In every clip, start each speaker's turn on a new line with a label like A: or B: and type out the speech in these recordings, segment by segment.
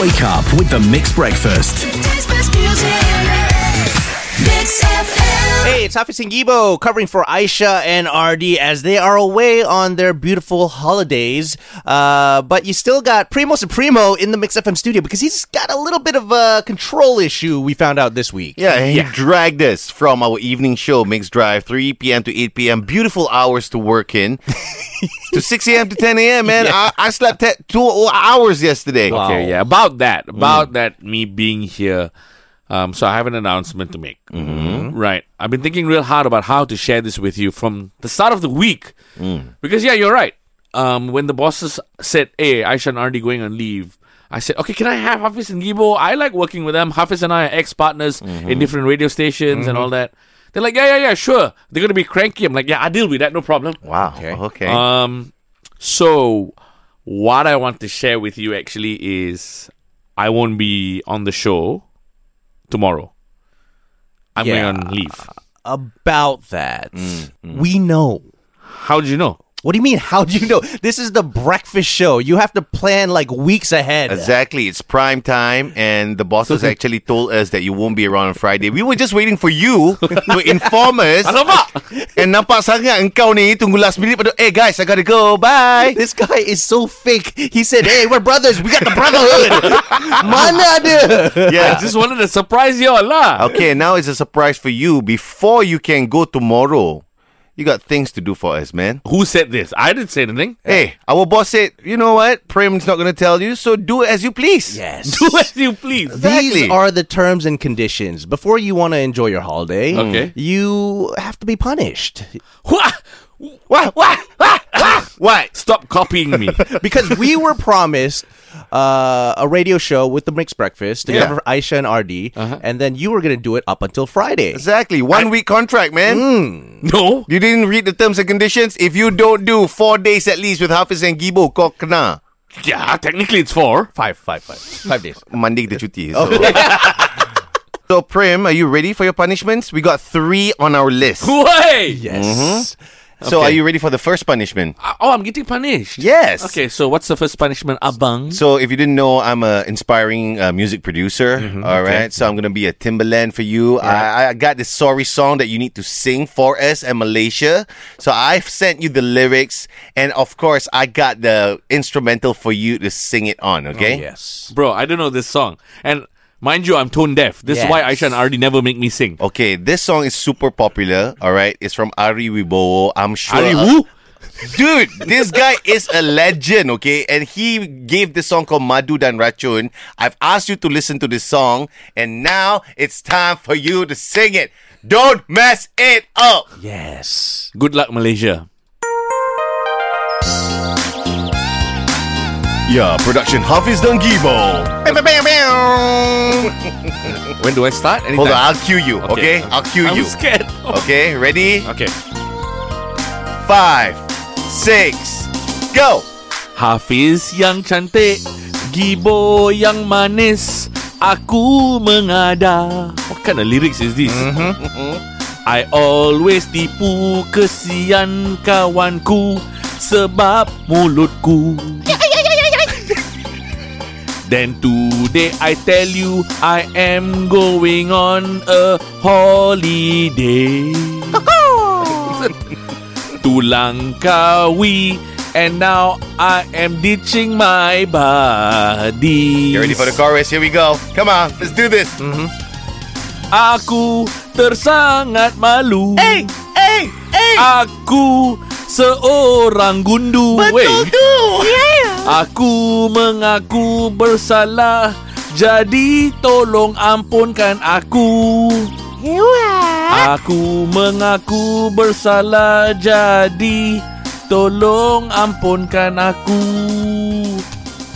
A: Wake up with the Mix Breakfast.
B: Today's best music. Mix FM.
C: Hey, it's Hafiz Gibo covering for Aisha and RD as they are away on their beautiful holidays. Uh, but you still got Primo Supremo in the Mix FM studio because he's got a little bit of a control issue we found out this week.
D: Yeah, he dragged us from our evening show, Mix Drive, 3 p.m. to 8 p.m. Beautiful hours to work in. to 6 a.m. to 10 a.m., man. I, I slept te- two hours yesterday.
E: Okay, yeah. About that. About that, me being here. Um, so I have an announcement to make. Mm-hmm. Right. I've been thinking real hard about how to share this with you from the start of the week. Because, yeah, you're right. Um, when the bosses said, hey, Aisha and Ardi going on leave, I said, okay, can I have Hafiz and Gibo? I like working with them. Hafiz and I are ex partners in different radio stations and all that. They're like, yeah, yeah, yeah, sure. They're going to be cranky. I'm like, yeah, I deal with that. No problem.
D: Wow.
C: Okay.
D: Okay.
E: Um, so what I want to share with you actually is I won't be on the show tomorrow. I'm
C: Yeah.
E: going on leave.
C: About that,
D: Mm,
C: we know.
E: How do you know?
C: What do you mean? How do you know? This is the breakfast show. You have to plan like weeks ahead.
D: exactly. It's prime time, and the bosses actually told us that you won't be around on Friday. We were just waiting for you to inform us.
E: Alamak!
D: and nampak sangat engkau ni tunggu last minute. But, hey, guys, I gotta go. Bye.
C: This guy is so fake. He said, "Hey, we're brothers. We got the brotherhood." Mana ada.
D: Yeah.
E: I just wanted to surprise you all lah.
D: Okay, now it's a surprise for you. Before you can go tomorrow, you got things to do for us, man.
E: Who said this? I didn't say anything.
D: Hey, our boss said, you know what? Prem's not going to tell you, so do as you please.
C: Yes.
E: Do as you please.
C: These
D: Exactly.
C: are the terms and conditions. Before you want to enjoy your holiday,
E: Mm. Okay.
C: you have to be punished
E: What? What? What? What? What? Stop copying me.
C: because we were promised uh, a radio show with the mixed breakfast together
D: Yeah.
C: for Aisha and RD,
E: Uh-huh.
C: and then you were going to do it up until Friday.
D: Exactly. One week contract, man.
E: no.
D: You didn't read the terms and conditions. If you don't do four days at least with Hafiz and Gibo, kau kena.
E: Yeah, technically it's four.
C: Five, five, five, five days.
D: Monday kita cuti. So. so, Prem, are you ready for your punishments? We got three on our list.
E: Way.
C: Yes.
D: So, are you ready for the first punishment?
E: Oh, I'm getting punished.
D: Yes.
E: Okay, so what's the first punishment, Abang?
D: So, if you didn't know, I'm an inspiring uh, music producer. all right. So, I'm going to be a Timberland for you. I, I got this sorry song that you need to sing for us in Malaysia. So, I've sent you the lyrics. And of course, I got the instrumental for you to sing it on. Okay.
C: Yes.
E: Bro, I don't know this song. And mind you, I'm tone deaf. This is why
C: Yes.
E: Aisha and Ardi never make me sing.
D: Okay. This song is super popular. All right. It's from Ari Wibowo. I'm sure.
E: Ari Wu?
D: Dude, this guy is a legend, okay? And he gave this song called Madu Dan Racun. I've asked you to listen to this song, and now it's time for you to sing it. Don't mess it up.
C: Yes.
E: Good luck, Malaysia.
D: Yeah, production Hafiz Dan Gibo.
E: When do I start?
D: Hold on,
E: Anytime.
D: I'll cue you, okay?
E: Okay.
D: I'll cue
E: I'm
D: you.
E: scared.
D: Okay, ready?
E: Okay.
D: Five, six, go.
E: Hafiz yang cantik, Gibo yang manis, aku mengada. What kind of lyrics is this?
D: Mm-hmm.
E: I always tipu kesian kawanku sebab mulutku. Then today I tell you I am going on a holiday. Tulang kawi and now I am ditching my body.
D: You ready for the chorus? Here we go. Come on, let's do this.
E: Aku tersangat malu.
D: Hey, hey, hey.
E: Aku seorang gundu. Weh. Aku mengaku bersalah Jadi tolong ampunkan aku Aku mengaku bersalah Jadi tolong ampunkan aku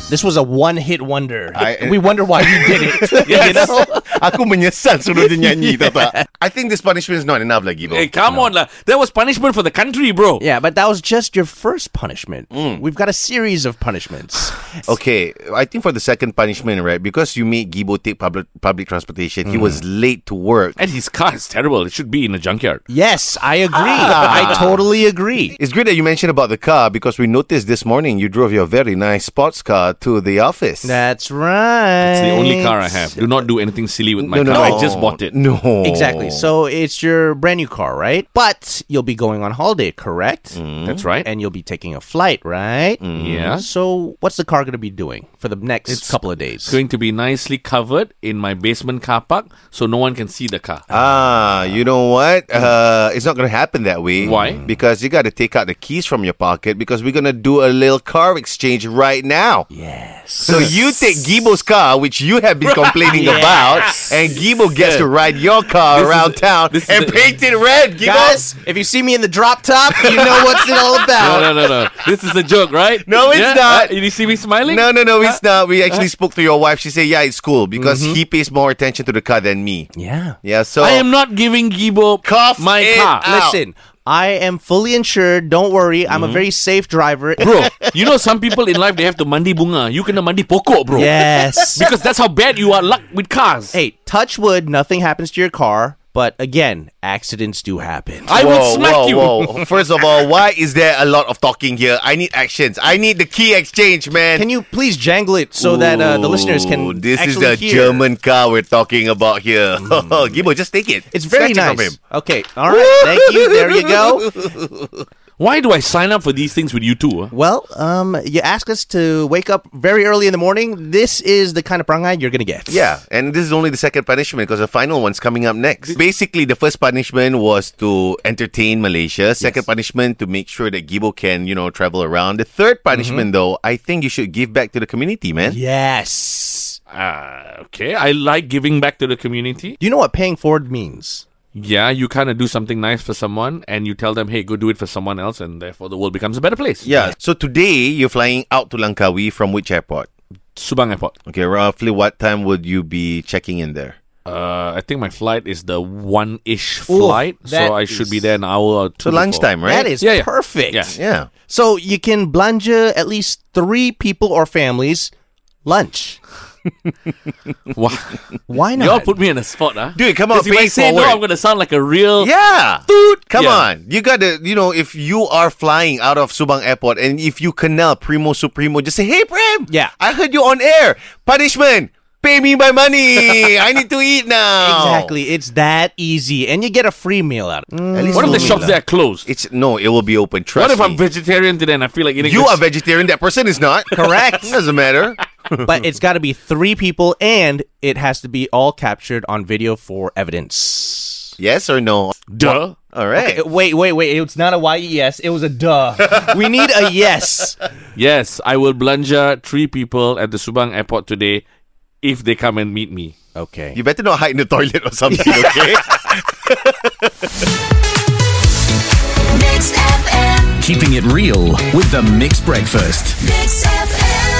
C: This was a one-hit wonder.
D: I-
C: we wonder why you did it.
E: Yes.
D: Aku menyesal suruh dia nyanyi tau tak I think this punishment is not enough lagi bro
E: Hey, come on lah. That was punishment for the country, bro.
C: yeah, but that was just your first punishment.
E: Mm.
C: We've got a series of punishments.
D: Okay I think for the second punishment right Because you made Gibo take public, public transportation He was late to work
E: And his car is terrible. It should be in a junkyard.
C: Yes, I agree.
E: Ah.
C: I totally agree.
D: It's great that you mentioned about the car because we noticed this morning you drove your very nice sports car out to the office.
C: That's right.
E: It's the only car I have. Do not do anything silly with my
D: no, no, no.
E: car. I just bought it.
D: No.
C: Exactly. So it's your brand new car, right? But you'll be going on holiday, correct?
E: That's right.
C: And you'll be taking a flight, right?
E: Yeah.
C: So what's the car going to be doing for the next couple of days?
E: It's going to be nicely covered in my basement car park so no one can see the car.
D: Ah, you know what? Uh, it's not gonna happen that way.
E: Why?
D: Because you got to take out the keys from your pocket because we're gonna do a little car exchange right now. Yes. So you take Gibo's car, which you have been complaining about, and Gibo gets to ride your car around town
E: this is
D: and
E: the-
D: paint it red. Gibo.
C: Guys, if you see me in the drop top, you know what's it all
E: No,
C: about.
E: no, no, no. This is a joke, right?
D: No, it's
E: Yeah?
D: not.
E: Uh, you see me smiling?
D: No, no, no, it's
E: uh,
D: not. We actually spoke to your wife. She said, "Yeah, it's cool because he pays more attention to the car than me."
C: Yeah.
D: Yeah, so
E: Mm-hmm. I am not giving Gibo
D: Cough
E: my
D: it
E: car.
D: out.
C: Listen, I am fully insured. Don't worry. I'm
E: Mm-hmm.
C: a very safe driver.
E: Bro, you know some people in life they have to mandi bunga. You kena mandi pokok, bro.
C: yes.
E: Because that's how bad you are luck with cars.
C: hey, touch wood. Nothing happens to your car. But again, accidents do happen.
E: I will
D: Whoa,
E: smack
D: whoa,
E: you.
D: whoa. First of all, why is there a lot of talking here? I need actions. I need the key exchange, man.
C: Can you please jangle it so that uh, the listeners
D: Ooh,
C: can
D: This is
C: actually hear?
D: the
C: Mm.
D: German car we're talking about here. Gibbo, just take it.
C: It's very
D: Snatch it
C: nice. Okay, all right. Thank you. There you go.
E: Why do I sign up for these things with you two? huh?
C: Well, um, you asked us to wake up very early in the morning. This is the kind of prangai you're gonna get.
D: Yeah, and this is only the second punishment because the final one's coming up next. Basically, the first punishment was to entertain Malaysia. Second punishment to make sure that Gibo can, you know, travel around. The third
C: Mm-hmm.
D: punishment, though, I think you should give back to the community, man.
C: Yes.
E: Ah, okay, I like giving back to the community.
C: Do you know what paying forward means?
E: Yeah, you kind of do something nice for someone and you tell them, hey, go do it for someone else, and therefore the world becomes a better place.
D: Yeah. So today you're flying out to Langkawi from which airport?
E: Subang Airport.
D: Okay, roughly what time would you be checking in there?
E: Uh, I think my flight is the one ish flight,
C: that
E: so I should be
C: is-
E: there an hour or two.
D: So
E: before.
D: lunchtime, right?
C: That is
E: Yeah, yeah.
C: perfect.
E: Yeah.
D: Yeah.
C: So you can blanja at least three people or families lunch.
E: Wha-
C: Why not?
E: Y'all put me in a spot, huh?
D: Dude, come on,
E: Because if I
D: pay
E: say
D: forward.
E: no, I'm gonna sound like a real.
D: Yeah. Dude, come
E: Yeah.
D: on. You got to, you know, if you are flying out of Subang Airport and if you canal Primo Supremo, just say, hey, Prem.
C: Yeah.
D: I heard you on air. Punishment. Pay me my money. I need to eat now.
C: exactly. It's that easy, and you get a free meal out. of it.
D: At least
E: What if the
D: Lumi
E: shops
D: lah.
E: there are closed?
D: It's no, it will be open. Trust
E: what if I'm
D: me.
E: vegetarian today and I feel like eating?
D: you
E: this-
D: are vegetarian. That person is not. Correct. Doesn't matter.
C: but it's got to be three people, and it has to be all captured on video for evidence.
D: Yes or no?
E: Duh.
D: All right.
C: Uh, Wait, wait, wait. It's not a yes. It was a duh. we need a yes.
E: Yes, I will blanja three people at the Subang Airport today if they come and meet me.
C: Okay.
D: You better not hide in the toilet or something, okay?
B: Mix FM,
A: Keeping it real with the Mixed Breakfast.
B: Mix FM.